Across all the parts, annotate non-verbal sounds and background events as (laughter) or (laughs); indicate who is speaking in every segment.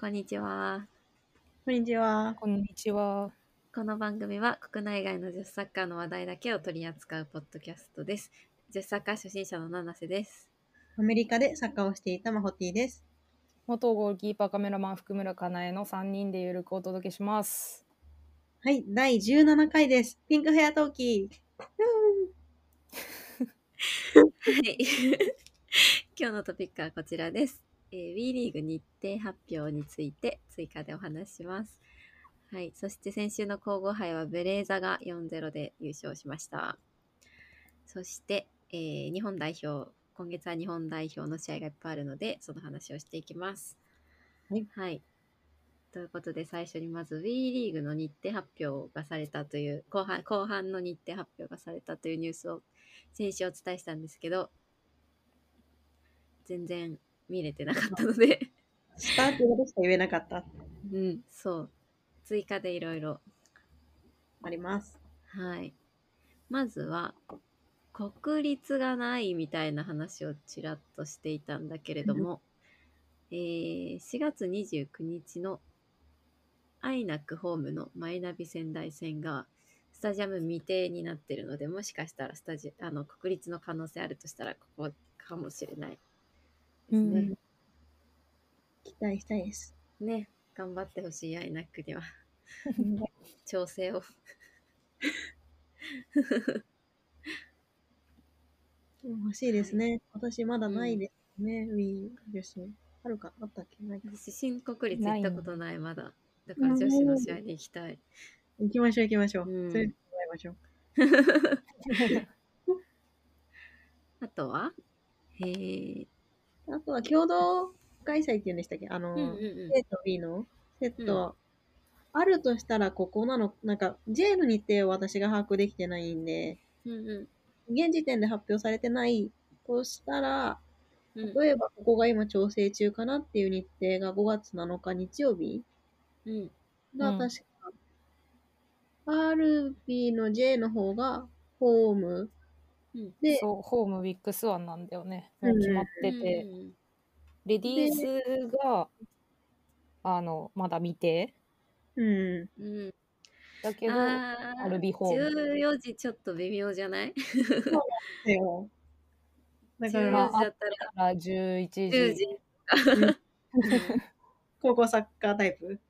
Speaker 1: こんにちは。
Speaker 2: こんにちは。
Speaker 3: こんにちは。
Speaker 1: この番組は国内外の女子サッカーの話題だけを取り扱うポッドキャストです。女子サッカー初心者の七瀬です。
Speaker 2: アメリカでサッカーをしていたマホティです。
Speaker 3: 元ゴールキーパーカメラマン福村かなえの3人でゆるくお届け
Speaker 1: (laughs)
Speaker 3: します。
Speaker 2: はい、第17回です。ピンクヘアトーキー。
Speaker 1: はい。 (laughs) 今日のトピックはこちらです。えー WE リーグ日程発表について追加でお話しします。はい。そして先週の皇后杯はベレーザが4-0で優勝しました。そして、えー日本代表、今月は日本代表の試合がいっぱいあるので、その話をしていきます。
Speaker 2: はい。
Speaker 1: ということで、最初にまず WE リーグの日程発表がされたという、後半、後半の日程発表がされたというニュースを先週お伝えしたんですけど、全然見れてなかったので、
Speaker 2: スタートことしか言えなかった。
Speaker 1: うん、そう。追加でいろいろ
Speaker 2: あります。
Speaker 1: はい。まずは、国立がないみたいな話をちらっとしていたんだけれども、えー4月29日のアイナックホームのマイナビ仙台戦がスタジアム未定になってるので、もしかしたらスタジあの国立の可能性あるとしたらここかもしれない。
Speaker 3: うん
Speaker 1: ね
Speaker 2: 期待したいです。
Speaker 1: ね、頑張ってほしいアイナックには。
Speaker 2: は
Speaker 1: 調整を
Speaker 2: い欲しいですね。私まだないですね。ウィーン女子。あるかあったっけないか。
Speaker 1: 私新国立
Speaker 3: な
Speaker 1: 行っ
Speaker 3: い
Speaker 1: た
Speaker 3: の
Speaker 1: ことないまだだから女子の試合に行きたい
Speaker 2: 行きましょう行きましょう。
Speaker 1: うん
Speaker 2: それで考えましょう。
Speaker 1: あとはえー、
Speaker 2: あとは共同開催っていうんでしたっけあの、
Speaker 1: うんうんうん
Speaker 2: A と B のセット。あるとしたらここなの、なんか J の日程を私が把握できてないんで、
Speaker 1: うんう
Speaker 2: 現時点で発表されてないとしたら、
Speaker 1: んうん
Speaker 2: 例えばここが今調整中かなっていう日程が5月7日日曜日
Speaker 1: うん
Speaker 2: が
Speaker 3: うん
Speaker 2: 確か、RB の J の方がホーム
Speaker 1: うん
Speaker 2: で、
Speaker 3: そう、ホームウィッグスワンなんだよね。
Speaker 2: うん
Speaker 3: もう決まって
Speaker 1: うん
Speaker 3: て。
Speaker 1: うん
Speaker 3: レディースが、あの、まだ未定
Speaker 2: うん、
Speaker 1: うん
Speaker 3: だけど、
Speaker 1: あー
Speaker 3: アルビホーム
Speaker 1: 14時ちょっと微妙じゃない
Speaker 2: だよ。だか
Speaker 1: ?14 時だ
Speaker 2: ら、
Speaker 1: った
Speaker 3: から11時。
Speaker 1: ら10時
Speaker 2: 高校サッカータイプ。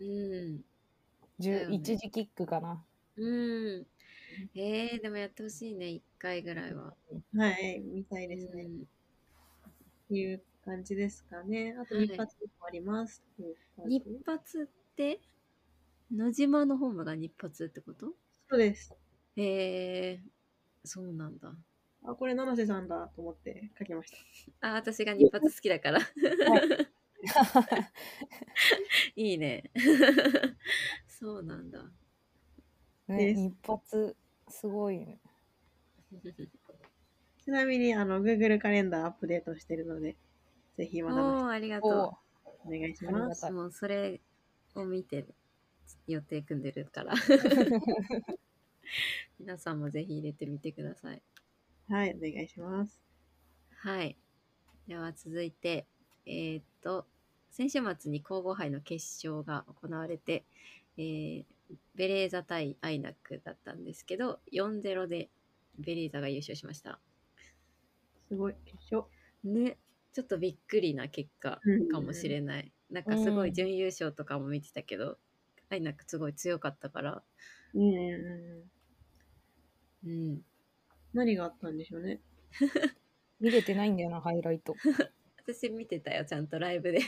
Speaker 1: うん
Speaker 3: 11時キック
Speaker 1: (laughs)
Speaker 3: かな。
Speaker 1: うんえー、でもやってほしいね1回ぐらいは
Speaker 2: はい、みたいですね。っていう感じですかね。あと
Speaker 1: はい
Speaker 2: 一発もあります。
Speaker 1: うん日発って野島のホームが日発ってこと
Speaker 2: そうです。
Speaker 1: へえそうなんだ。
Speaker 2: あ、これ、七瀬さんだと思って書きました。
Speaker 1: あ、私が日発好きだから。 (laughs) いいね。 (laughs) そうなんだ。
Speaker 3: ね、
Speaker 2: です
Speaker 3: 一発、すごいね。
Speaker 2: ちなみに、あの、Google カレンダーアップデートしてるので、ぜひ
Speaker 1: お
Speaker 2: 今七瀬
Speaker 1: ー、ありが
Speaker 3: お
Speaker 1: と
Speaker 2: さんお願いし
Speaker 3: あり
Speaker 2: ま
Speaker 3: が
Speaker 2: す。
Speaker 3: た
Speaker 1: う。
Speaker 3: い。
Speaker 1: もうそれを見て予定組んでる
Speaker 3: (laughs)
Speaker 1: から。皆さんもぜひ入れてみてください。
Speaker 2: はい、お願いします。
Speaker 1: はい。では続いて、えーっと、先週末に皇后杯の決勝が行われて、えーベレーザ対アイナックだったんですけど、4-0でベレーザが優勝しました。
Speaker 2: すごい、決勝。
Speaker 1: ね、ちょっとびっくりな結果かもしれない。なんかすご
Speaker 3: う
Speaker 1: い
Speaker 3: ん
Speaker 1: 準優勝とかも見てたけど、アイナックすごい強かったから、
Speaker 2: うんうんうん。
Speaker 1: うん、
Speaker 2: 何があったんでしょうね。
Speaker 3: 見れてないんだよな、ハイライト。
Speaker 1: 私見てたよ、ちゃんとライブで。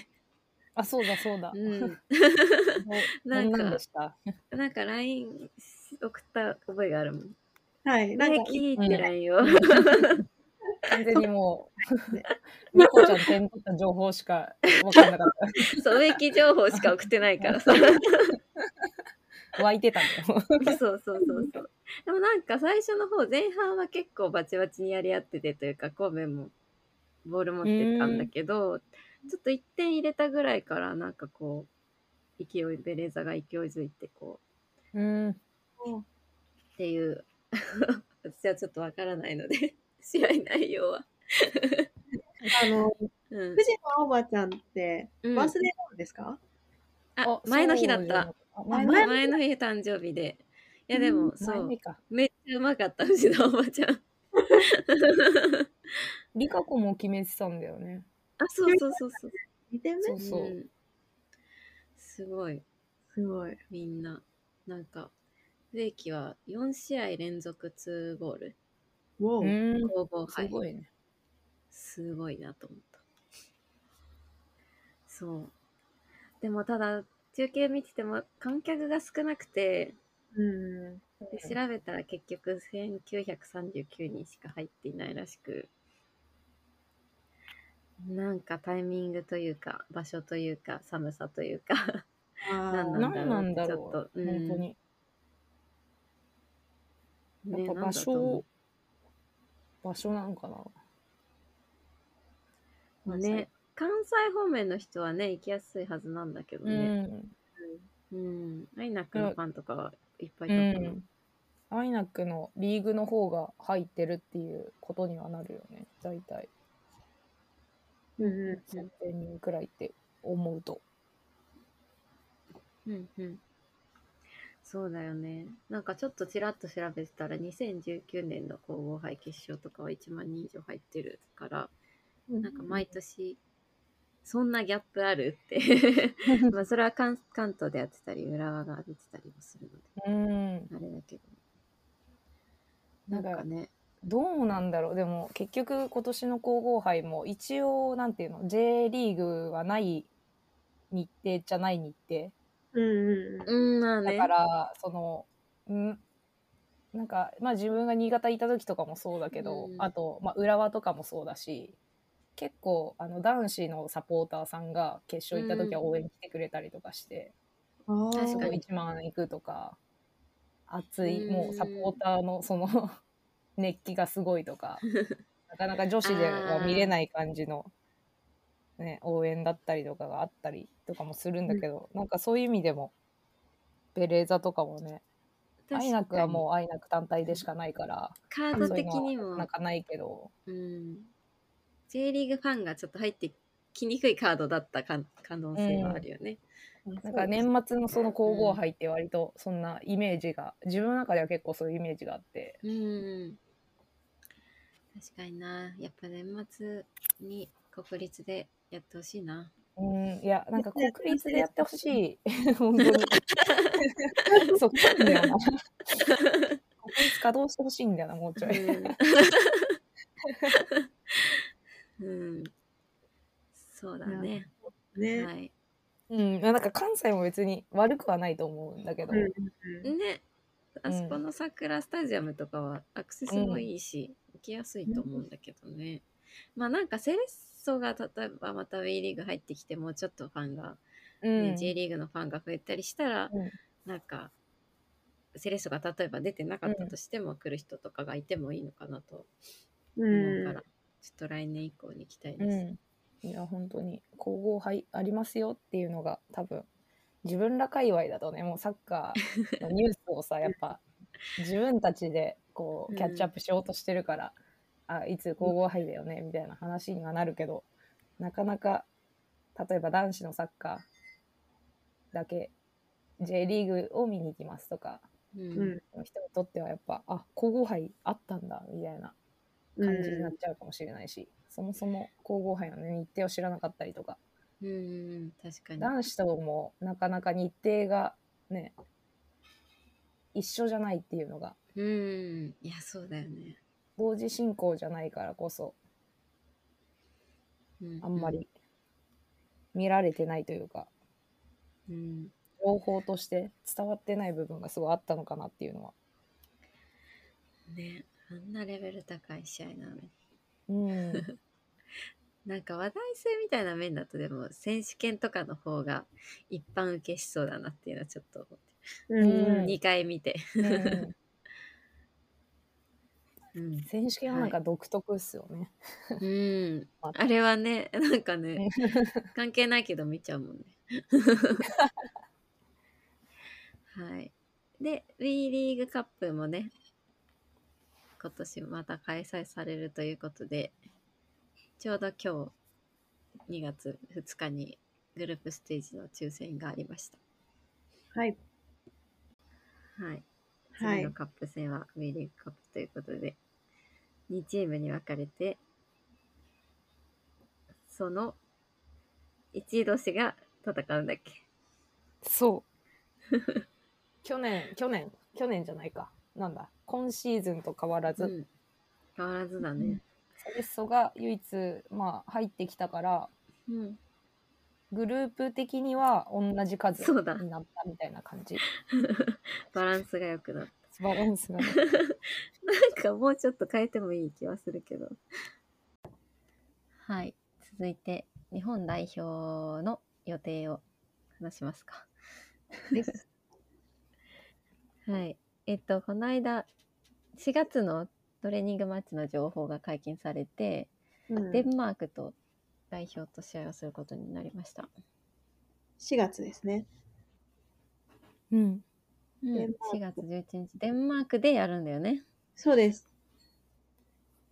Speaker 3: あ、そうだ、そうだ。
Speaker 1: うん、(laughs)
Speaker 3: お
Speaker 1: なんか
Speaker 3: こんなんでした。
Speaker 1: なんか LINE 送った覚えがあるもん。
Speaker 2: はい、なん
Speaker 1: ね
Speaker 2: か、
Speaker 1: 聞い
Speaker 3: うん
Speaker 1: て LINE を。
Speaker 3: 完全にもう、ニコちゃん点取った情報しか分かんなかっ
Speaker 1: (laughs) そう植木情報しか送ってないからさ
Speaker 3: た。湧いてたんだよ。
Speaker 1: (laughs) そうそうそうそうでもなんか最初の方前半は結構バチバチにやり合っててというか神戸もボール持ってたんだけどちょっと1点入れたぐらいからなんかこう勢いベレーザが勢いづいてこ
Speaker 3: うん。
Speaker 1: うっていう (laughs) 私はちょっとわからないので試合内容は
Speaker 2: あの、
Speaker 1: うん
Speaker 2: 藤野おばちゃんって、
Speaker 1: うん
Speaker 2: バースデーなんですか、
Speaker 1: あ前の日だった。。
Speaker 3: あ
Speaker 1: 前
Speaker 3: 前
Speaker 1: の
Speaker 3: の
Speaker 1: 前の日誕生日で。いやでも、
Speaker 3: そ。
Speaker 1: そう
Speaker 3: 前の
Speaker 1: う
Speaker 3: 日か
Speaker 1: めっちゃうまかったうちのおばちゃん。あ
Speaker 3: リカ子も決めてたんだよね。
Speaker 1: そうそうそうそう。
Speaker 2: 二点
Speaker 3: そ
Speaker 2: 目
Speaker 3: うそうん
Speaker 1: すごい
Speaker 2: すごい。
Speaker 1: みんななんか植木は4試合連続2ゴール
Speaker 2: わお
Speaker 3: う。
Speaker 2: うん
Speaker 1: 攻防
Speaker 3: す
Speaker 1: 杯
Speaker 3: ごいね。
Speaker 1: すごいなと思った。そう。でもただ、中継見てても観客が少なくて、
Speaker 2: ん。
Speaker 1: で調べたら結局1939人しか入っていないらしく、なんかタイミングというか、場所というか、寒さというか、
Speaker 2: あ
Speaker 1: なん
Speaker 2: ー
Speaker 1: だろう
Speaker 3: 何なんだろ
Speaker 1: ちょっ
Speaker 3: う
Speaker 1: と。うん
Speaker 3: 本当に。やっぱ場所を、場所なのかな
Speaker 1: なんだと思うね。関西方面の人はね、行きやすいはずなんだけど
Speaker 3: う
Speaker 1: ね。
Speaker 3: ん。
Speaker 1: うん。アイナックのファンとかはいっぱいいうたかな。
Speaker 3: ん。アイナックのリーグの方が入ってるっていうことにはなるよね。大体。
Speaker 2: うんう
Speaker 3: 3000人くらいって思うと。
Speaker 1: うんうん。そうだよね。なんかちょっとちらっと調べてたら、2019年の皇后杯決勝とかは1万人以上入ってるから、
Speaker 2: ん。
Speaker 1: なんか毎年、そんなギャップあるって。 (laughs) まあそれは関関東でやってたり、浦和が出てたりもするので、
Speaker 3: うん。
Speaker 1: あれだけど。
Speaker 3: な
Speaker 1: なんん
Speaker 3: か
Speaker 1: かね、
Speaker 3: どうなんだろうでも結局今年の皇后杯も一応なんていうの J リーグはない日程じゃない日程
Speaker 2: うんうんうん。
Speaker 1: うん、まあ
Speaker 3: だ
Speaker 1: ね。
Speaker 3: からそのんなんかまあ自分が新潟いた時とかもそうだけど、
Speaker 1: うん
Speaker 3: あと、まあ、浦和とかもそうだし結構あの男子のサポーターさんが決勝行った時は
Speaker 1: うん
Speaker 3: 応援来てくれたりとかして、
Speaker 2: あー
Speaker 1: 確かに
Speaker 3: 1万行くとか熱い、
Speaker 1: うん
Speaker 3: もうサポーターのその (laughs) 熱気がすごいとかなかなか女子では見れない感じの、ね、応援だったりとかがあったりとかもするんだけど、なんかそういう意味でもベレーザとかもねアイナックはもうアイナック単体でしかないから
Speaker 1: う、カー
Speaker 3: そ
Speaker 1: ド
Speaker 3: ういう
Speaker 1: 的
Speaker 3: のは
Speaker 1: に
Speaker 3: な
Speaker 1: も、
Speaker 3: かないけど
Speaker 1: うん。J リーグファンがちょっと入ってきにくいカードだったか可能性はあるよね。
Speaker 3: なんか
Speaker 2: そう
Speaker 3: 年末のその皇后杯って割とそんなイメージが自分の中では結構そういうイメージがあって
Speaker 1: うん。確かにな。やっぱ年末に国立でやってほしいな。
Speaker 3: うん、いや、なんか国立でやってほしい。 (laughs) 本当に。 (laughs) そっかんだよな。国立稼働してほしいんだよな、もうちょい。 (laughs)
Speaker 1: うん。うんそうだね。
Speaker 2: です
Speaker 1: は
Speaker 2: ね。
Speaker 1: い。
Speaker 3: うん、なんか関西も別に悪くはないと思うんだけど。
Speaker 2: うんうんうん
Speaker 1: ね。
Speaker 3: ん
Speaker 1: あそこの桜スタジアムとかはアクセスもいいし、行きやすいと思うんだけどね。まあなんかセレッソが例えばまた WE リーグ入ってきてもうちょっとファンが
Speaker 3: う
Speaker 1: ね
Speaker 3: ん。
Speaker 1: J リーグのファンが増えたりしたら、
Speaker 3: うん
Speaker 1: なんかセレッソが例えば出てなかったとしても、来る人とかがいてもいいのかなと思うから、
Speaker 2: う
Speaker 1: ちょっと来年以降に期待です。
Speaker 3: うん。いや、本当に、皇后杯ありますよっていうのが、多分、自分ら界隈だとね、もうサッカーのニュースをさ、やっ
Speaker 1: (laughs)
Speaker 3: ぱ、自分たちで、こ
Speaker 1: う
Speaker 3: う、
Speaker 1: ん
Speaker 3: キャッチアップしようとしてるから、あ、いつ皇后杯だよね、みたいな話にはなるけど、なかなか、例えば男子のサッカーだけ、J リーグを見に行きますとか、
Speaker 1: うん
Speaker 2: んうん
Speaker 3: 人にとってはやっぱ、あ、皇后杯あったんだ、みたいな
Speaker 2: うん
Speaker 3: 感じになっちゃうかもしれないし、そもそも皇后杯の、ね、日程を知らなかったりとか
Speaker 1: うんうん確かに。
Speaker 3: 男子ともなかなか日程がね一緒じゃないっていうのが
Speaker 1: うん。いや、そうだよね。
Speaker 3: 同時進行じゃないからこそ
Speaker 1: うう
Speaker 3: あんま。り見られてないというか
Speaker 1: うん。
Speaker 3: 情報として伝わってない部分がすごいあったのかなっていうのは。
Speaker 1: ね。あんなレベル高い試合なのに。
Speaker 3: うん、
Speaker 1: なんか話題性みたいな面だとでも選手権とかの方が一般受けしそうだなっていうのはちょっと思って、
Speaker 2: うん
Speaker 3: う
Speaker 2: うんん
Speaker 1: 2回見て、
Speaker 3: う
Speaker 1: う
Speaker 3: ん
Speaker 1: ん、
Speaker 3: 選手権はなんか独特っすよね。
Speaker 1: うん
Speaker 3: ま。た
Speaker 1: あれはね、なんかね、 (laughs) 関係ないけど見ちゃうもんね。はい。で、WE リーグカップもね、今年また開催されるということで、ちょうど今日2月2日にグループステージの抽選がありました。
Speaker 2: はい。
Speaker 1: はい。
Speaker 2: は
Speaker 1: 次
Speaker 2: い
Speaker 1: の。カップ戦は B リーグカップということで、2チームに分かれて、その1位同士が戦うんだっけ。
Speaker 3: そう。去年、去年、去年じゃないか。なんだ。今シーズンと変わらず、
Speaker 1: うん、変わらずだね。
Speaker 3: セレッソが唯一、まあ、入ってきたから、
Speaker 1: (laughs) うん、
Speaker 3: グループ的には同じ数
Speaker 1: そうだ
Speaker 3: になったみたいな感じ。
Speaker 1: バランスが良くなった。
Speaker 3: バランスがね。
Speaker 1: (laughs) なんかもうちょっと変えてもいい気はするけど。はい。続いて、日本代表の予定を話しますか。はい。えっと、この間、4月のトレーニングマッチの情報が解禁されて、
Speaker 2: うん
Speaker 1: デンマークと代表と試合をすることになりました。
Speaker 2: 4月ですね。
Speaker 3: うん。
Speaker 1: うん、
Speaker 2: デ
Speaker 1: 4
Speaker 2: ンマー
Speaker 1: 月
Speaker 2: ク
Speaker 1: 11日、デンマークでやるんだよね。
Speaker 2: そうです。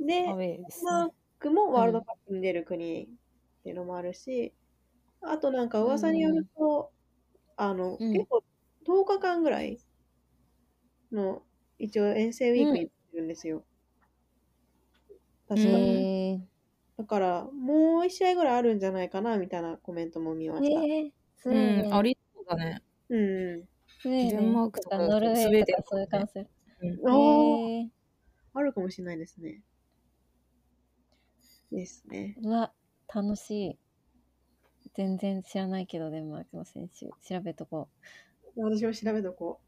Speaker 2: で、
Speaker 3: アウ
Speaker 2: デン
Speaker 3: ェイです、
Speaker 2: マー
Speaker 3: ね。
Speaker 2: クもワールドカップに出る国っていうのもあるし、あとなんか噂によると、あの、
Speaker 1: うん
Speaker 2: 結構10日間ぐらいの一応遠征ウィークになってるんですよ。確かに。
Speaker 1: へー
Speaker 2: だから、もう一試合ぐらいあるんじゃないかな、みたいなコメントも見ました。
Speaker 1: えー、スウ
Speaker 3: う
Speaker 1: ェーデン
Speaker 3: ん、ありそうだね。
Speaker 2: うんう
Speaker 1: スウェーデ
Speaker 3: デ
Speaker 1: ン
Speaker 3: ン
Speaker 1: マ
Speaker 3: マ
Speaker 1: ー
Speaker 3: ー
Speaker 1: ク
Speaker 3: ク
Speaker 1: と
Speaker 3: と
Speaker 1: か
Speaker 3: か
Speaker 1: ノルウェーとか
Speaker 3: ス
Speaker 1: そうい
Speaker 3: ウ
Speaker 1: う
Speaker 3: ェーデン
Speaker 1: 感じ。
Speaker 2: ん。あ
Speaker 1: へえ
Speaker 2: あ、あるかもしれないですね。ですね。
Speaker 1: うわ、楽しい。全然知らないけど、デンマークの選手。調べとこ
Speaker 2: 私も調べとこ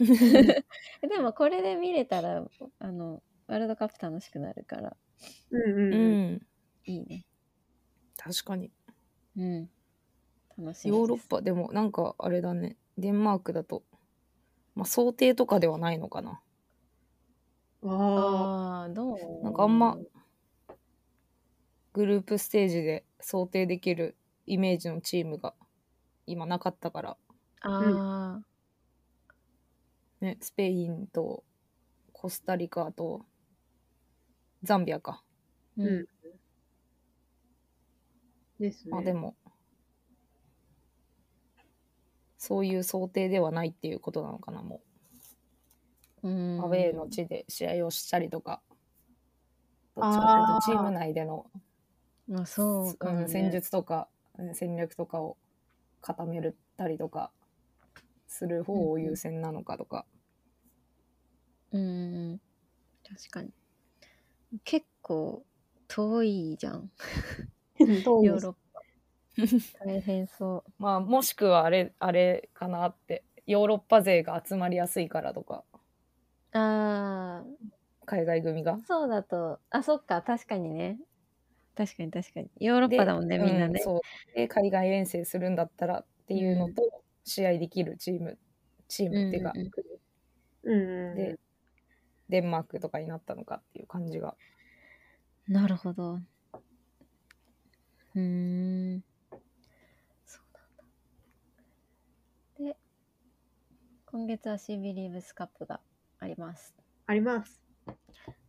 Speaker 1: う。でも、これで見れたら、あの、ワールドカップ楽しくなるから、
Speaker 2: う。うん
Speaker 3: う
Speaker 2: うんうん。
Speaker 3: ん。
Speaker 1: いいね。
Speaker 3: 確かに。
Speaker 1: うん。楽しい。
Speaker 3: ヨーロッ。パでもなんかあれだね。デンマークだと、まあ、想定とかではないのかな。
Speaker 2: ああ。
Speaker 1: ああ、どう
Speaker 3: なんかあんまグループステージで想定できるイメージのチームが今なかったから、
Speaker 1: ああ、
Speaker 3: ね、スペインとコスタリカとザンビアか。
Speaker 1: うん。
Speaker 2: うんですね。
Speaker 3: ま
Speaker 1: (laughs)
Speaker 3: あでも、そういう想定ではないっていうことなのかな、もう。
Speaker 1: うん
Speaker 3: アウェーの地で試合をしたりとか、どっちかっていうとチーム内での
Speaker 1: まあ、そうかも
Speaker 3: う
Speaker 1: ね、
Speaker 3: ん、戦術とかうん戦略とかを固めるたりとかする方を優先なのかとか、
Speaker 1: うんうん。確かに。結構、遠いじゃん。
Speaker 2: 遠
Speaker 1: ヨ
Speaker 2: いで
Speaker 1: ー
Speaker 2: す
Speaker 1: ロッパ。大変そ
Speaker 3: まあもしくはあれあれかなってヨーロッパ勢が集まりやすいからとか
Speaker 1: う。あ
Speaker 3: 海外組が
Speaker 1: あ、。そうだと、あ、そっか、確かにね。確かに確かに。ヨーロッパだもんね、
Speaker 3: で
Speaker 1: みんな
Speaker 3: う
Speaker 1: ね。
Speaker 3: そうで海外遠征するんだったらっていうのと、試合できるチームチームっていうか、
Speaker 1: うんうん
Speaker 2: うんうん。
Speaker 3: でデンマークとかになったのかっていう感じが
Speaker 1: なるほど。うーん。そうなんだ。で、今月は C ビリーブスカップがあります。
Speaker 2: あります。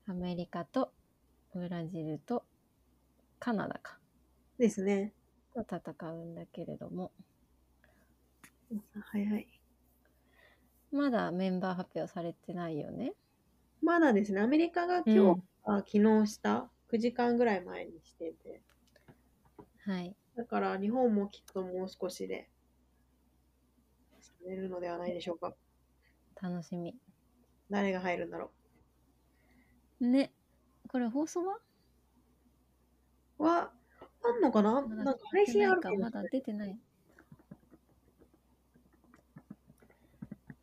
Speaker 1: アメリカとブラジルとカナダか。
Speaker 2: ですね。
Speaker 1: と戦うんだけれども、
Speaker 2: はいはい。
Speaker 1: まだメンバー発表されてないよね。
Speaker 2: まだですね、アメリカが今日、
Speaker 3: 今日
Speaker 2: あ昨日した9時間ぐらい前にしてて、
Speaker 1: はい。
Speaker 2: だから日本もきっともう少しで、されるのではないでしょうか。
Speaker 1: 楽しみ。
Speaker 2: 誰が入るんだろ
Speaker 1: ね。これ放送は
Speaker 2: う。は、あんのかななんか配信あるけ
Speaker 1: 出て
Speaker 2: ど
Speaker 1: ないかまだ出てない。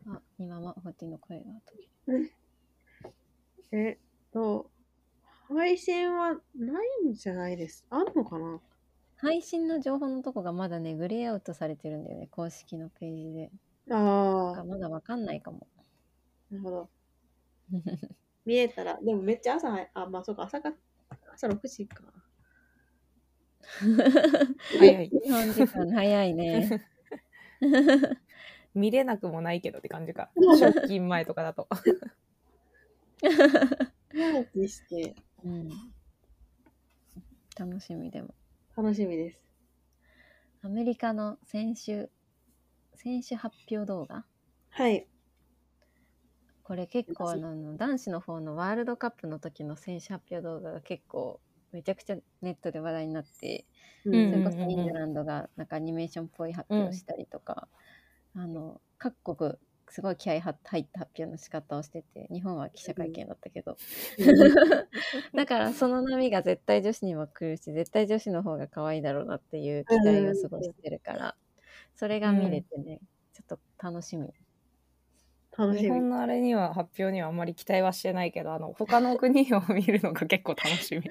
Speaker 1: あ、今はホッティの声が途切
Speaker 2: えっと、配信はないんじゃないです。あんのかな
Speaker 1: れ配信の情報のとこがまだね、グレーアウトされてるんだよね。公式のページで。だか
Speaker 2: あ
Speaker 1: ら
Speaker 2: あ、
Speaker 1: まだわかんないかも。
Speaker 2: なるほ
Speaker 3: (laughs)
Speaker 2: ど。見えたら、でもめっちゃ朝早、あ、まあそうか、朝か、朝6時か。
Speaker 3: 早い
Speaker 1: 日本時間早いね。
Speaker 2: (laughs)
Speaker 3: 見れなくもないけどって感じか出勤前とか
Speaker 1: (laughs)
Speaker 3: だと
Speaker 2: 早起きして、
Speaker 1: うん。楽しみでも。
Speaker 2: 楽しみです。
Speaker 1: アメリカの先週、先週発表動画
Speaker 2: はい。
Speaker 1: これ結構あの男子の方のワールドカップの時の選手発表動画が結構めちゃくちゃネットで話題になって、
Speaker 2: う
Speaker 3: うん
Speaker 1: それこそイングランドがなんかアニメーションっぽい発表をしたりとか、あの各国すごい気合い入った発表の仕方をしてて日本は記者会見だったけど、だからその波が絶対女子にも来るし絶対女子の方が可愛いだろうなっていう期待をすごいしてるから、それが見れてね、ちょっと楽しみ。
Speaker 2: 楽し
Speaker 3: 日
Speaker 2: み。
Speaker 3: 本のあれには発表にはあんまり期待はしてないけどあの他の国を見るのが結構楽し
Speaker 1: (laughs)
Speaker 3: み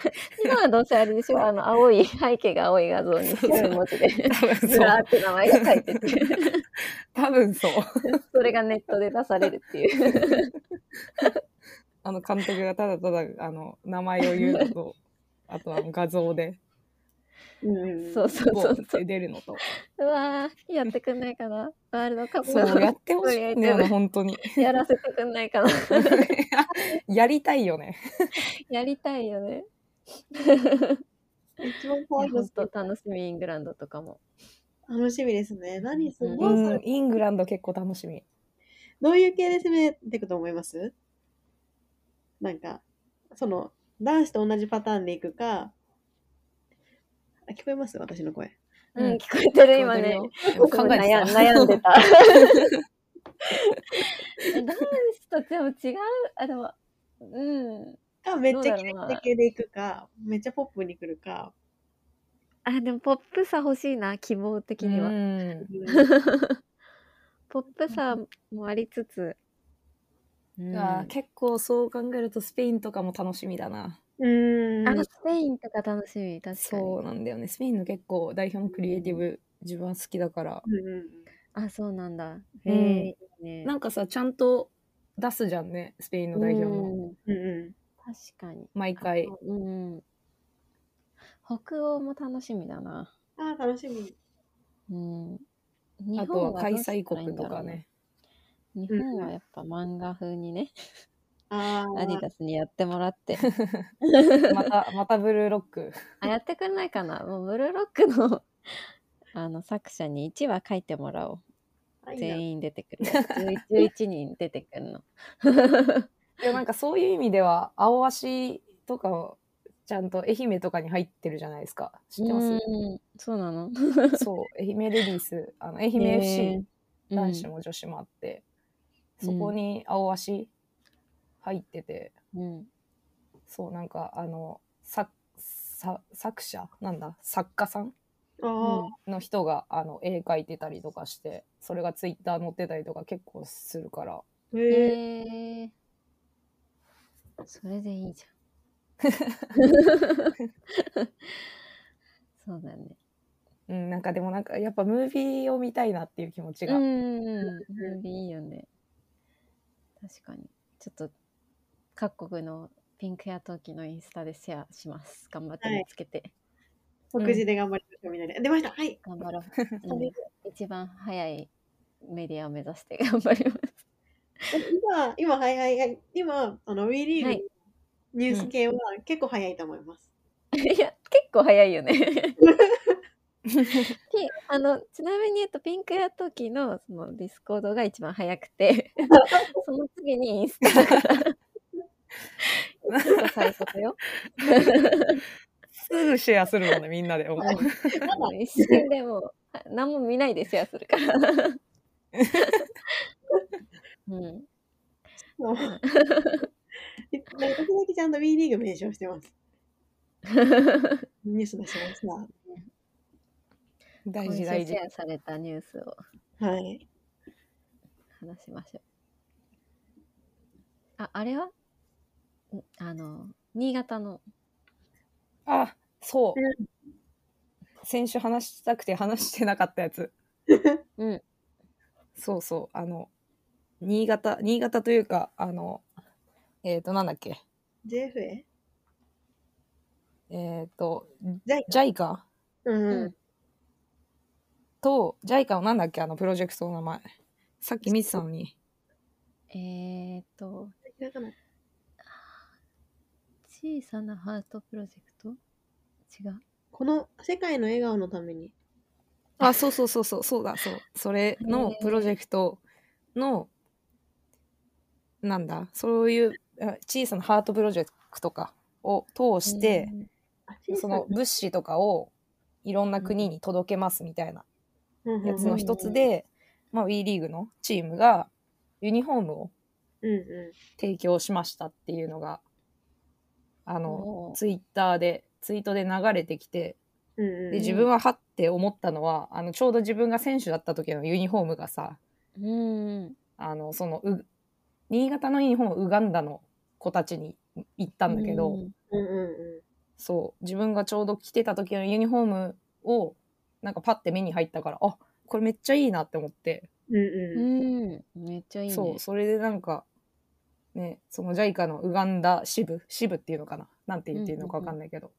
Speaker 1: 今はどうせあれでしょあの青い背景が青い画像に
Speaker 3: そう
Speaker 1: 白い文字で
Speaker 3: 多分
Speaker 1: ず
Speaker 3: そ
Speaker 1: らー
Speaker 3: う
Speaker 1: って名前が書いてて
Speaker 3: 多分そう
Speaker 1: それがネットで出されるっていう
Speaker 3: あの監督がただただあの名前を言う
Speaker 1: (laughs)
Speaker 3: のとあとは画像で
Speaker 2: うん
Speaker 1: そうそう
Speaker 3: ボ
Speaker 1: そ
Speaker 3: ー
Speaker 1: う
Speaker 3: ンっ
Speaker 1: そう
Speaker 3: て出るのと
Speaker 1: うわーやってくんないかなワールドカップ
Speaker 3: そうやってほしいんだよな
Speaker 1: や
Speaker 3: 本当に
Speaker 1: (laughs) やらせてくんないかな
Speaker 3: (laughs)
Speaker 1: (laughs)
Speaker 3: やりたいよね
Speaker 1: やりたいよね
Speaker 2: 一番可愛い
Speaker 1: 本
Speaker 2: です。
Speaker 1: 当楽しみイングランドとかも
Speaker 2: 楽しみですね。何す
Speaker 1: う
Speaker 2: ご
Speaker 3: (laughs) う
Speaker 2: い、そ
Speaker 3: ん
Speaker 2: れ
Speaker 3: イングランド結構楽しみ
Speaker 2: どういう系で攻めていくと思いますなんか、その、男子と同じパターンでいくか、あ聞こえます私の声。
Speaker 1: うん、聞こえてる今ね
Speaker 3: 考
Speaker 1: 悩
Speaker 3: えて
Speaker 1: ん
Speaker 3: た
Speaker 1: 悩んでた
Speaker 3: (laughs)
Speaker 1: え男子とでも違うあでもうん
Speaker 2: か、めっちゃ
Speaker 1: どうだろう
Speaker 2: キラキ
Speaker 1: な
Speaker 2: ラ系でいくか、めっちゃポップに来る
Speaker 1: (laughs)
Speaker 2: か。
Speaker 1: あでもポップさ欲しいな希望的には、
Speaker 3: うん
Speaker 1: ポップさもありつつ、うん
Speaker 3: あ
Speaker 1: あ
Speaker 3: ー結構そう考えるとスペインとかも楽しみだな
Speaker 2: うーん。
Speaker 1: スペインとか楽しみ確か
Speaker 3: そ
Speaker 1: に
Speaker 3: うなんだよねスペインの結構代表のクリエイティブ自分は好きだから
Speaker 2: うんうん
Speaker 1: あそうなんだ
Speaker 3: う
Speaker 1: へ
Speaker 3: ん
Speaker 1: え、いいね
Speaker 3: なんかさちゃんと出すじゃんねスペインの代表も
Speaker 1: うん
Speaker 2: うんうん
Speaker 1: 確かに
Speaker 3: 毎回
Speaker 1: うん北欧も楽しみだな
Speaker 2: うん。あー楽しみ。
Speaker 1: うん
Speaker 3: あ
Speaker 1: 日
Speaker 3: とは
Speaker 1: 本
Speaker 3: 開
Speaker 1: どうしたらい
Speaker 3: 催
Speaker 1: いんだろう
Speaker 3: 国とかね
Speaker 1: 日本はやっぱ漫画風にね、
Speaker 2: ああ。
Speaker 1: アディダスにやってもら
Speaker 3: (laughs)
Speaker 1: って
Speaker 3: またまたブルーロック
Speaker 1: あやってくれないかなもうブルーロックの (laughs) あの作者に1話書いてもらお
Speaker 2: あ
Speaker 1: う
Speaker 2: いいな
Speaker 1: 全員出て
Speaker 3: (laughs)
Speaker 1: くるやつ 11, 11人出てくるの
Speaker 3: でもなんかそういう意味では青足とかをちゃんと愛媛とかに入ってるじゃないですか知ってます
Speaker 1: うんそうなの
Speaker 3: そう愛媛レディースあの愛媛 FC 男子も女子もあって、
Speaker 1: うん
Speaker 3: そこに青足入ってて、
Speaker 1: うん
Speaker 3: そうなんかあの作作作者なんだ作家さん
Speaker 2: あー
Speaker 3: の人があの絵描いてたりとかしてそれがツイッター載ってたりとか結構するから
Speaker 1: へ
Speaker 2: へえ
Speaker 1: えそれでいいじ (laughs) ゃんそうだね
Speaker 3: うん、なんかでもなんかやっぱムービーを見たいなっていう気持ちが、 (laughs)
Speaker 1: うんうんいいよね確かにちょっと各国のピンクや陶器のインスタでシェアします頑張って見つけて、
Speaker 2: 即時で頑張りましょう、みんなで。出ましたはい
Speaker 1: 頑 (laughs) 張ろう、うん、一番早いメディアを目指して頑張ります
Speaker 2: 今、今、はいはいはい。今、あの、ウィーリーグ
Speaker 1: は
Speaker 2: の
Speaker 1: い
Speaker 2: ニュース系は結構早いと思います。
Speaker 1: いや結構早いよね (laughs) ピあのちなみに言うとピンクや陶器のそのディスコードが一番早くてその次にインスタだ
Speaker 3: (laughs)
Speaker 1: からちょっと最速
Speaker 3: (laughs)
Speaker 1: よ
Speaker 3: すぐシェアするもんねみんな (laughs) で。
Speaker 1: はいもう一瞬でもうあ何も見ないでシェアするから。
Speaker 3: (laughs)
Speaker 1: うん、
Speaker 2: もうなんか時々ちゃんと B リーグメンションしてます。ニュース出しまし
Speaker 3: 大
Speaker 1: 今週
Speaker 3: 事大事
Speaker 1: シ。ェアされたニュースを
Speaker 2: た。はい。
Speaker 1: 話しましょう。あ、あれはんあの、新潟の。
Speaker 3: あそう、
Speaker 2: う
Speaker 3: 先週話したくて話してなかったやつ。
Speaker 1: うん。
Speaker 3: そうそうあの新潟新潟というかあのえっ、となんだっけ
Speaker 2: JFA?
Speaker 3: えっ、と
Speaker 2: ジャイ
Speaker 3: ジャイカ
Speaker 2: うん
Speaker 1: う
Speaker 2: うんん。
Speaker 3: とジャイカのなんだっけあのプロジェクトの名前。さっき見てたのに。
Speaker 1: えー、っと、
Speaker 2: だから
Speaker 1: 小さなハートプロジェクト違う。
Speaker 2: この世界の笑顔のために。
Speaker 3: あ、そうそうそうそう、そうだ、そう。それの
Speaker 1: へー
Speaker 3: プロジェクトの、なんだ、そういうあ小さなハートプロジェクトかを通して、
Speaker 2: あ
Speaker 3: その物資とかをいろんな国に届けますみたいなやつの一つ、で、まあ、WE リーグのチームがユニフォームを
Speaker 2: うんう
Speaker 3: 提供しましたっていうのが、あ
Speaker 1: うん
Speaker 3: の、
Speaker 1: おー
Speaker 3: ツイッターで、ツイートで流れてきて、
Speaker 2: んうんうんうん
Speaker 3: で自分ははって思ったのはあのちょうど自分が選手だった時のユニフォームがさ
Speaker 1: うん。
Speaker 3: あのそのう新潟のユニフォームはウガンダの子たちに行ったんだけど、
Speaker 1: うん
Speaker 2: うんうん
Speaker 3: そう自分がちょうど着てた時のユニフォームをなんかパッて目に入ったからあこれめっちゃいいなって思って
Speaker 2: うんうんうん
Speaker 1: うん。めっちゃいいね。
Speaker 3: そうそれでなんかねその JICA のウガンダ支部支部っていうのかななんて言っていいのか分かんないけど、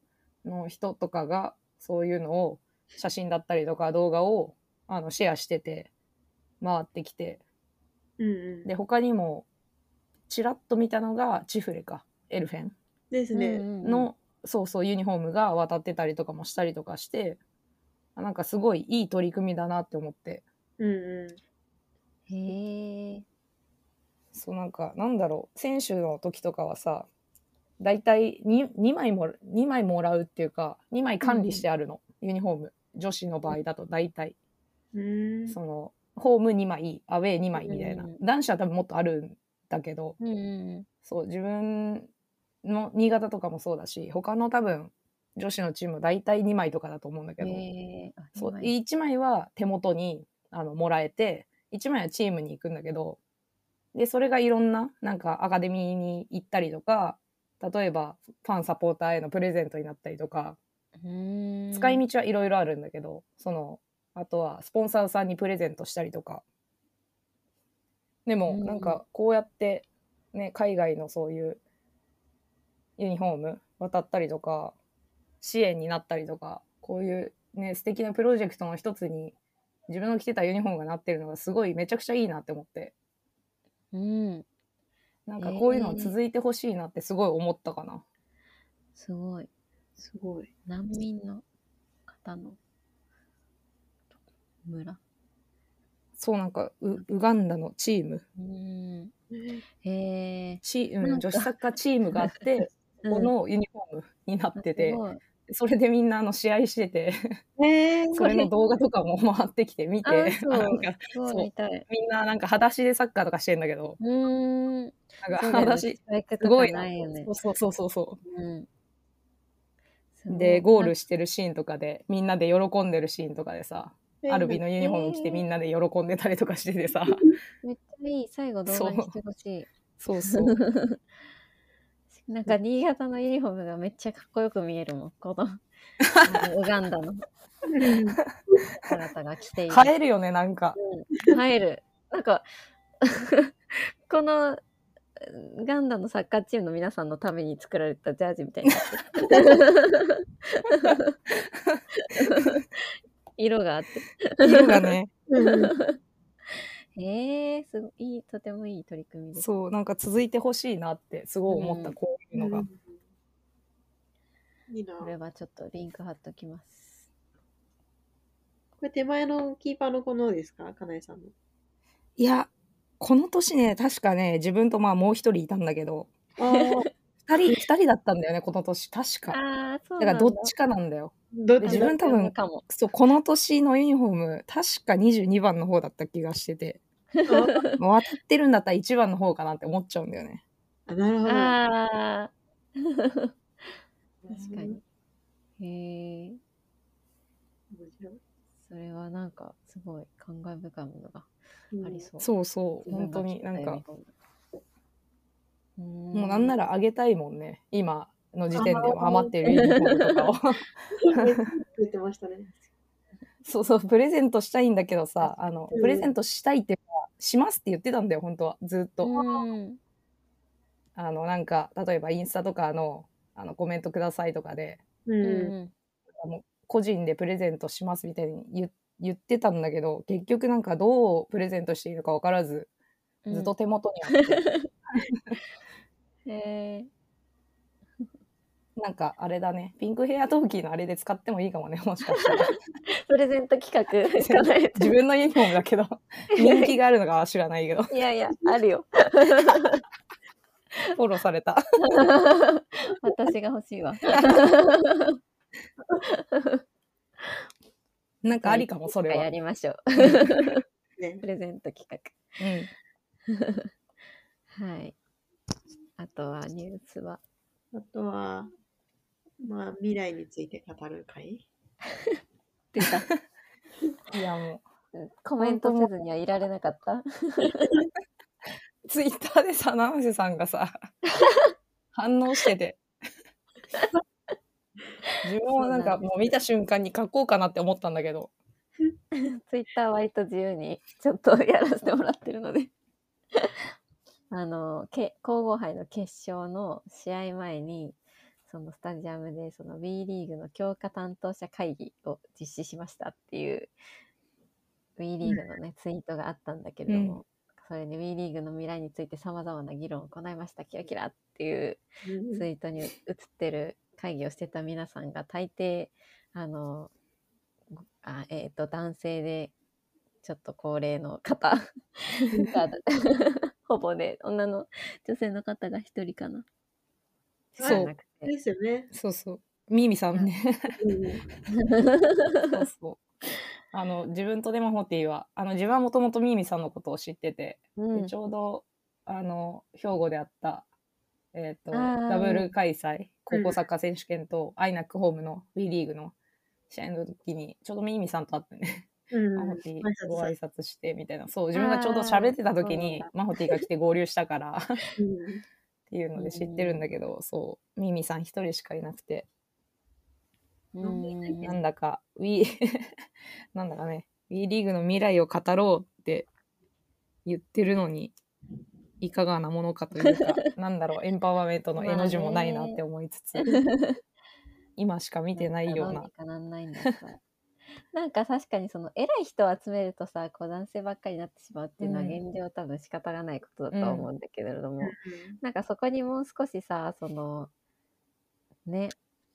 Speaker 3: の人とかがそういうのを写真だったりとか動画をあのシェアしてて回ってきて
Speaker 2: うんうん
Speaker 3: で他にもちらっと見たのがチフレかエルフェン
Speaker 2: です
Speaker 1: う
Speaker 2: ね。
Speaker 1: んうんうん
Speaker 3: の、、そうそうユニフォームが渡ってたりとかもしたりとかしてあなんかすごいいい取り組みだなって思って
Speaker 2: うんう
Speaker 1: へえ。
Speaker 3: そうなんかなんだろう選手の時とかはさ大体 2, 2枚も2枚もらうっていうか2枚管理してあるの、ユニフォーム女子の場合だと大体、
Speaker 2: んうん。
Speaker 3: そのホーム2枚アウェー2枚みたいな、
Speaker 1: うん
Speaker 3: 男子は多分もっとあるんだけど
Speaker 1: うんうん
Speaker 3: そう自分の新潟とかもそうだし他の多分女子のチームは大体2枚とかだと思うんだけ
Speaker 1: うん。
Speaker 3: ど、
Speaker 1: へえ。あ
Speaker 3: そう
Speaker 1: 今
Speaker 3: 1枚は手元にあのもらえて1枚はチームに行くんだけどでそれがいろんななんかアカデミーに行ったりとか例えばファンサポーターへのプレゼントになったりとか
Speaker 1: うん
Speaker 3: 使い道はいろいろあるんだけど、そのあとはスポンサーさんにプレゼントしたりとかでも
Speaker 1: うん
Speaker 3: なんかこうやって、ね、海外のそういうユニフォーム渡ったりとか支援になったりとかこういうね素敵なプロジェクトの一つに自分の着てたユニフォームがなってるのがすごいめちゃくちゃいいなって思って
Speaker 1: うん。
Speaker 3: なんかこういうの続いてほしいなってすごい思ったかな。
Speaker 1: すごい。
Speaker 2: すごい。
Speaker 1: 難民の方の村。
Speaker 3: そうなんかウウガンダのチーム
Speaker 1: うん。へえ。
Speaker 3: チー
Speaker 1: な
Speaker 3: うん
Speaker 1: か
Speaker 3: ん、女子サッカーチームがあって
Speaker 1: (laughs)
Speaker 3: このユニフォームになってて、それでみんなあの試合してて、
Speaker 2: えー、
Speaker 3: それの動画とかも回ってきて見て、
Speaker 1: あそう
Speaker 3: なんか
Speaker 1: すごいすごい見たい。
Speaker 3: みんななんか裸足でサッカーとかしてんだけど、
Speaker 1: うーん。
Speaker 3: なんか
Speaker 1: そうだよ
Speaker 3: 裸
Speaker 1: ね
Speaker 3: 足、
Speaker 1: スパイク
Speaker 3: す
Speaker 1: と
Speaker 3: ご
Speaker 1: か
Speaker 3: いな
Speaker 1: ないよね。
Speaker 3: そうそうそうそう
Speaker 1: うんす
Speaker 3: そ
Speaker 1: ご
Speaker 3: う。
Speaker 1: い
Speaker 3: で、ゴールしてるシーンとかで、みんなで喜んでるシーンとかでさ、アルビのユニフォーム着てみんなで喜んでたりとかしててさ、
Speaker 1: めっちゃいい。最後動画にしてほしい。
Speaker 3: そ
Speaker 1: (laughs)
Speaker 3: うそう。
Speaker 1: なんか新潟のユニフォームがめっちゃかっこよく見えるもん。こ
Speaker 3: (laughs)
Speaker 1: のあのウガンダの姿が着ている。
Speaker 3: 映えるよね、なんか。
Speaker 1: うん映える。なんか (laughs) このウガンダのサッカーチームの皆さんのために作られたジャージみたいな。
Speaker 3: (laughs)
Speaker 1: 色があって。
Speaker 3: 色がね、
Speaker 2: うん
Speaker 1: ええすごいいい、とてもいい取り組みです。
Speaker 3: そう、なんか続いてほしいなって、すごい思った、
Speaker 1: うん
Speaker 3: こういうのが。
Speaker 2: いいな。
Speaker 1: これはちょっとリンク貼っときます。
Speaker 2: これ手前のキーパーの子のですかかなえさんの。
Speaker 3: いや、この年ね、確かね、自分とまあもう一人いたんだけど、
Speaker 2: ああ、
Speaker 3: 二人、二人だったんだよね、この年。確か。
Speaker 1: ああ、そう
Speaker 3: だ
Speaker 1: な
Speaker 3: か
Speaker 1: んだ。
Speaker 3: らどっちかなんだよ。
Speaker 2: どっ
Speaker 3: で
Speaker 2: ち
Speaker 3: 自
Speaker 2: だ
Speaker 3: 分多分
Speaker 1: かも。
Speaker 3: そう、この年のユニフォーム、確か22番の方だった気がしてて、もう渡ってるんだったら1番の方かなって思っちゃうんだよね。
Speaker 2: あ、なるほど。
Speaker 1: ああ。確かに。へえ、
Speaker 2: 面白い。
Speaker 1: それはなんかすごい感慨深いものが
Speaker 2: うん
Speaker 1: ありそう。
Speaker 3: そうそう、
Speaker 1: 自分が
Speaker 3: 本
Speaker 1: 着
Speaker 3: 当に
Speaker 1: た
Speaker 3: ないん
Speaker 1: ユニフォーム。
Speaker 3: か、
Speaker 1: うーん。
Speaker 3: もうなんならあげたいもんね、今の時点で
Speaker 2: あー
Speaker 3: は余ってるユニフォームとかを。 (laughs)
Speaker 2: (laughs) 言ってましたね。
Speaker 3: そうそう、プレゼントしたいんだけどさ、あの、
Speaker 2: うん
Speaker 3: プレゼントしたいって、しますって言ってたんだよ、本当は。ずっと。
Speaker 1: うん。
Speaker 3: あの、なんか、例えばインスタとかの、あの、コメントくださいとかで、
Speaker 2: う。
Speaker 1: うんん。
Speaker 3: 個人でプレゼントしますみたいに言言ってたんだけど結局なんかどうプレゼントしていいのか分からず
Speaker 1: うん
Speaker 3: ずっ
Speaker 1: (laughs)
Speaker 3: と。手元にあって、
Speaker 1: へえ。
Speaker 3: なんかあれだねピンクヘアトーキーのあれで使ってもいいかもねもしかした
Speaker 1: (laughs)
Speaker 3: ら
Speaker 1: プレゼント企
Speaker 3: (laughs)
Speaker 1: 画しかない。
Speaker 3: 自分のユニフォームだ
Speaker 1: (laughs)
Speaker 3: けど人気があるのかは知らないけど
Speaker 1: いやいや、あるよ。
Speaker 3: フォローされた
Speaker 1: 私が欲しいわ。
Speaker 3: なん (laughs) かありかもそれ
Speaker 1: や
Speaker 3: は、
Speaker 1: りましょう。
Speaker 2: ね
Speaker 1: プ。レゼント企
Speaker 3: うん、
Speaker 1: 画。はい。あとはニュースは。
Speaker 2: あとは、まあ、未来について語る会
Speaker 1: 出た。
Speaker 3: いやも
Speaker 1: コメントせずにはいられなかった。
Speaker 3: うツイッターでさ七瀬さんがさ反応して (laughs) て自分はなんかもう見た瞬間に書こうかなって思ったんだけど
Speaker 1: ツイッター割と自由にちょっとやらせてもらってるので。 (laughs) あの、け皇后杯の決勝の試合前に、そのスタジアムでその B リーグの強化担当者会議を実施しましたっていう B リーグのね、ツイートがあったんだけれども、それで B リーグの未来について様々な議論を行いました、キラキラっていうツイートに映ってる会議をしてた皆さんが大抵あのあえっ、と男性でちょっと高齢の方が (laughs) ほぼね女の女性の方が一人かな。
Speaker 3: そう
Speaker 1: 少なくて
Speaker 2: (laughs) ですよね。
Speaker 3: そうそうミーミさんねそうそう。あの自分とデマホティはあの自分はもともとミーミさんのことを知ってて、
Speaker 1: うん
Speaker 3: でちょうどあの兵庫であった、えー、と
Speaker 1: あー
Speaker 3: ダブル開催高校サッカー選手権と、アイナックホームの B リーグの試合の時にちょうどミーミさんと会ってね、
Speaker 2: うん
Speaker 3: マホティご挨拶してみたいなそう自分がちょうど
Speaker 1: あー
Speaker 3: 喋ってた時
Speaker 1: そう
Speaker 3: に
Speaker 1: なん
Speaker 3: マホティが来て合流したからっ
Speaker 2: うん
Speaker 3: ていうので知ってるんだけど、そうミーミさん一人しかいなくて
Speaker 1: うん
Speaker 3: なんだか、ウィ (laughs) ー、なんだかね、WE リーグの未来を語ろうって言ってるのに、いかがなものかというか、なんだろう、エンパワーメントの絵の字もないなって思いつつ、今しか見てないよ
Speaker 1: ど
Speaker 3: う
Speaker 1: う
Speaker 3: な
Speaker 1: に。かなんないん (laughs) だからなんか確かにその偉い人を集めるとさこう男性ばっかりになってしまうっていうのは
Speaker 3: うん
Speaker 1: 現状多分仕方がないことだとは思うんだけれども、
Speaker 2: うん
Speaker 1: なんかそこにもう少しさそのね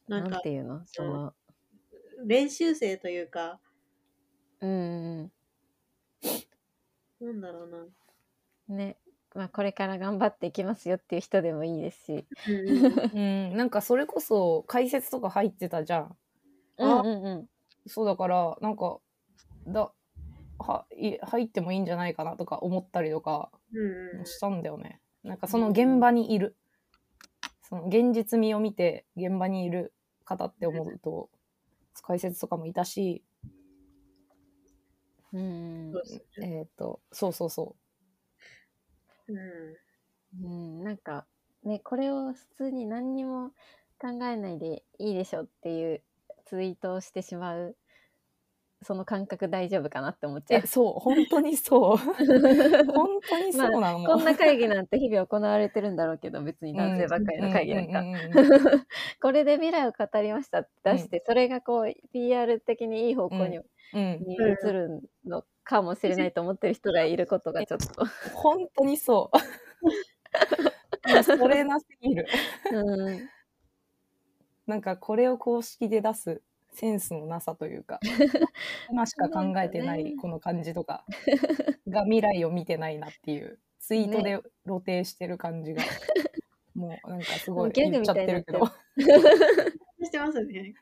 Speaker 1: な
Speaker 2: なんんか
Speaker 1: ていうのその
Speaker 2: 練習生というか、
Speaker 1: うん
Speaker 2: なんだろうな。
Speaker 1: うんねまあこれから頑張っていきますよっていう人でもいいですし、
Speaker 3: うん、なんかそれこそ解説とか入ってたじゃん。
Speaker 1: うん
Speaker 3: あ
Speaker 1: うんうん、
Speaker 3: そうだから、なんか、だ、は、い入ってもいいんじゃないかなとか思ったりとか、
Speaker 2: うん
Speaker 3: (laughs)
Speaker 2: うん
Speaker 3: したんだよね。なんかその現場にいる。その現実味を見て現場にいる方って思うと、解説とかもいたし、
Speaker 1: うん
Speaker 2: そうですね
Speaker 3: えっ、と、そうそうそ
Speaker 2: うん
Speaker 1: うん、なんかねこれを普通に何にも考えないでいいでしょっていうツイートをしてしまうその感覚大丈夫かなって思っ
Speaker 3: う。
Speaker 1: ちゃ
Speaker 3: え
Speaker 1: う、。
Speaker 2: (laughs)
Speaker 3: そう、本当にそう。 (laughs) 本当にそうなの。
Speaker 1: こんな会議なんて日々行われてるんだろうけど別に男性ばっかりの会議なんか
Speaker 3: うんうんうんうん
Speaker 1: (laughs) これで未来を語りましたって出して、それがこう PR 的にいい方向に,、
Speaker 3: うん
Speaker 1: に移るのかもしれないと思ってる人がいることがちょっと、
Speaker 3: 本当にそう。 (laughs) もうそれなすぎる。
Speaker 1: うん、
Speaker 3: なんかこれを公式で出すセンスのなさという
Speaker 1: (laughs)
Speaker 3: か今しか考えてな
Speaker 1: なんか
Speaker 3: い
Speaker 1: ね
Speaker 3: この感じ
Speaker 1: (laughs)
Speaker 3: とかが未来を見てないなっていうツイートで露呈してる
Speaker 1: (laughs)
Speaker 3: 感じが、もうなんかすごい
Speaker 1: ギャグ
Speaker 3: 言っ
Speaker 1: み
Speaker 3: ちゃったて
Speaker 1: いになっ
Speaker 3: る
Speaker 1: て
Speaker 3: け
Speaker 1: る
Speaker 3: ど
Speaker 2: してますね。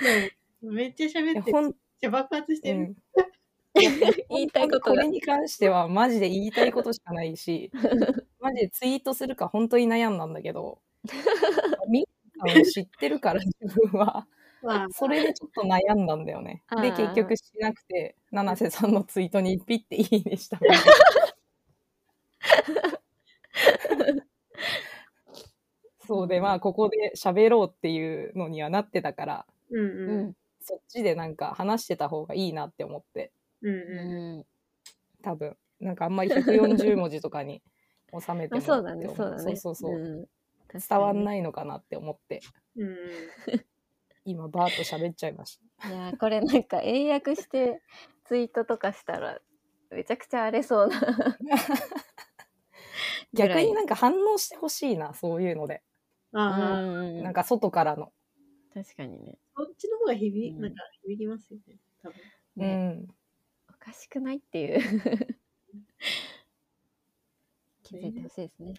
Speaker 2: でもめっちゃ
Speaker 3: い
Speaker 2: 喋
Speaker 3: や
Speaker 2: って
Speaker 3: ほん、
Speaker 2: る、爆発し
Speaker 3: (laughs) う
Speaker 2: てる。
Speaker 3: ん、
Speaker 1: (laughs) 言いたいこと
Speaker 3: こ
Speaker 1: が
Speaker 3: れに関してはマジで言いたいことしかな
Speaker 1: (laughs)
Speaker 3: いしマジでツイートするか本当に悩んだんだ
Speaker 1: (laughs)
Speaker 3: けどみーさんを知ってるから自分は。
Speaker 2: まあ、
Speaker 3: それでちょっと悩んだんだよね
Speaker 1: あ。ー
Speaker 3: で、結局しなくて、七瀬さんのツイートにピッていいね
Speaker 1: (laughs)
Speaker 3: した。そうで、まあ、ここで喋ろうっていうのにはなってたから、
Speaker 2: うん
Speaker 1: う
Speaker 2: うん
Speaker 1: ん、
Speaker 3: そっちでなんか話してた方がいいなって思って、
Speaker 2: うんう
Speaker 1: う
Speaker 3: 多分なんかあんまり140文字とかに収め
Speaker 1: ん、
Speaker 3: て
Speaker 1: まあ
Speaker 3: も
Speaker 1: そうだね
Speaker 3: って
Speaker 1: そう
Speaker 3: 思
Speaker 1: だね
Speaker 3: そうそうそう。
Speaker 1: ん、確か
Speaker 3: 伝
Speaker 1: に
Speaker 3: わんないのかなって思って、
Speaker 2: んうん
Speaker 3: 今、バーッと喋っちゃいました。
Speaker 1: いやーこれなんか英訳してツイートとかしたらめちゃくちゃ荒れそうなぐら
Speaker 3: (laughs) 逆
Speaker 1: い
Speaker 3: になんか反応してほしいな、そういうので。
Speaker 2: ああ、
Speaker 1: うんうん
Speaker 3: な
Speaker 1: うんん
Speaker 3: か外からの。
Speaker 1: 確かにね
Speaker 2: こっちの方が響き、
Speaker 1: うん
Speaker 2: なんか響きますよね。多分。
Speaker 3: う
Speaker 1: ね
Speaker 3: ん。
Speaker 1: おかしくないっていう (laughs) 気づいてほしいですね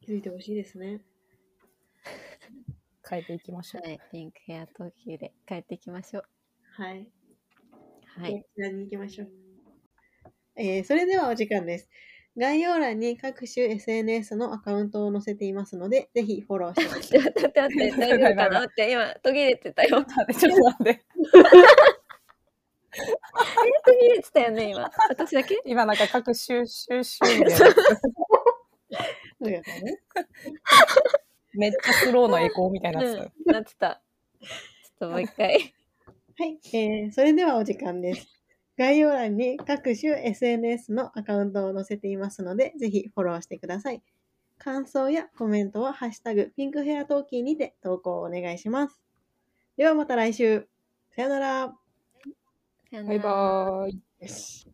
Speaker 2: 気づいてほしいですね。
Speaker 3: 変えていきましょう。
Speaker 1: はいピンクヘア東急で帰っていきましょう
Speaker 2: はい。
Speaker 1: は
Speaker 2: こ
Speaker 1: い
Speaker 2: ちらに行きましょう。えーそれではお時間です。概要欄に各種 SNS のアカウントを載せていますので、ぜひフォローして
Speaker 1: (laughs)
Speaker 2: ください。
Speaker 1: 待って待って待って大丈夫 (laughs) かな待って今途切れてたよ
Speaker 3: ちょっと待って。
Speaker 1: 途切れてたよね今私だ (laughs) け
Speaker 3: 今なんか各収集集みたいな (laughs)
Speaker 2: そうやったね。
Speaker 3: めっちゃスローのエコーみたいな
Speaker 1: う
Speaker 3: や
Speaker 1: ん
Speaker 3: つ。
Speaker 1: なってたちょっともう一回
Speaker 2: はい、えーそれではお時間です。概要欄に各種 SNS のアカウントを載せていますので、ぜひフォローしてください。感想やコメントは、ハッシュタグ、ピンクヘアトーキーにて投稿をお願いします。ではまた来週。さよなら。
Speaker 1: さよな
Speaker 3: バイ
Speaker 1: ら
Speaker 3: バーイ。
Speaker 2: よし。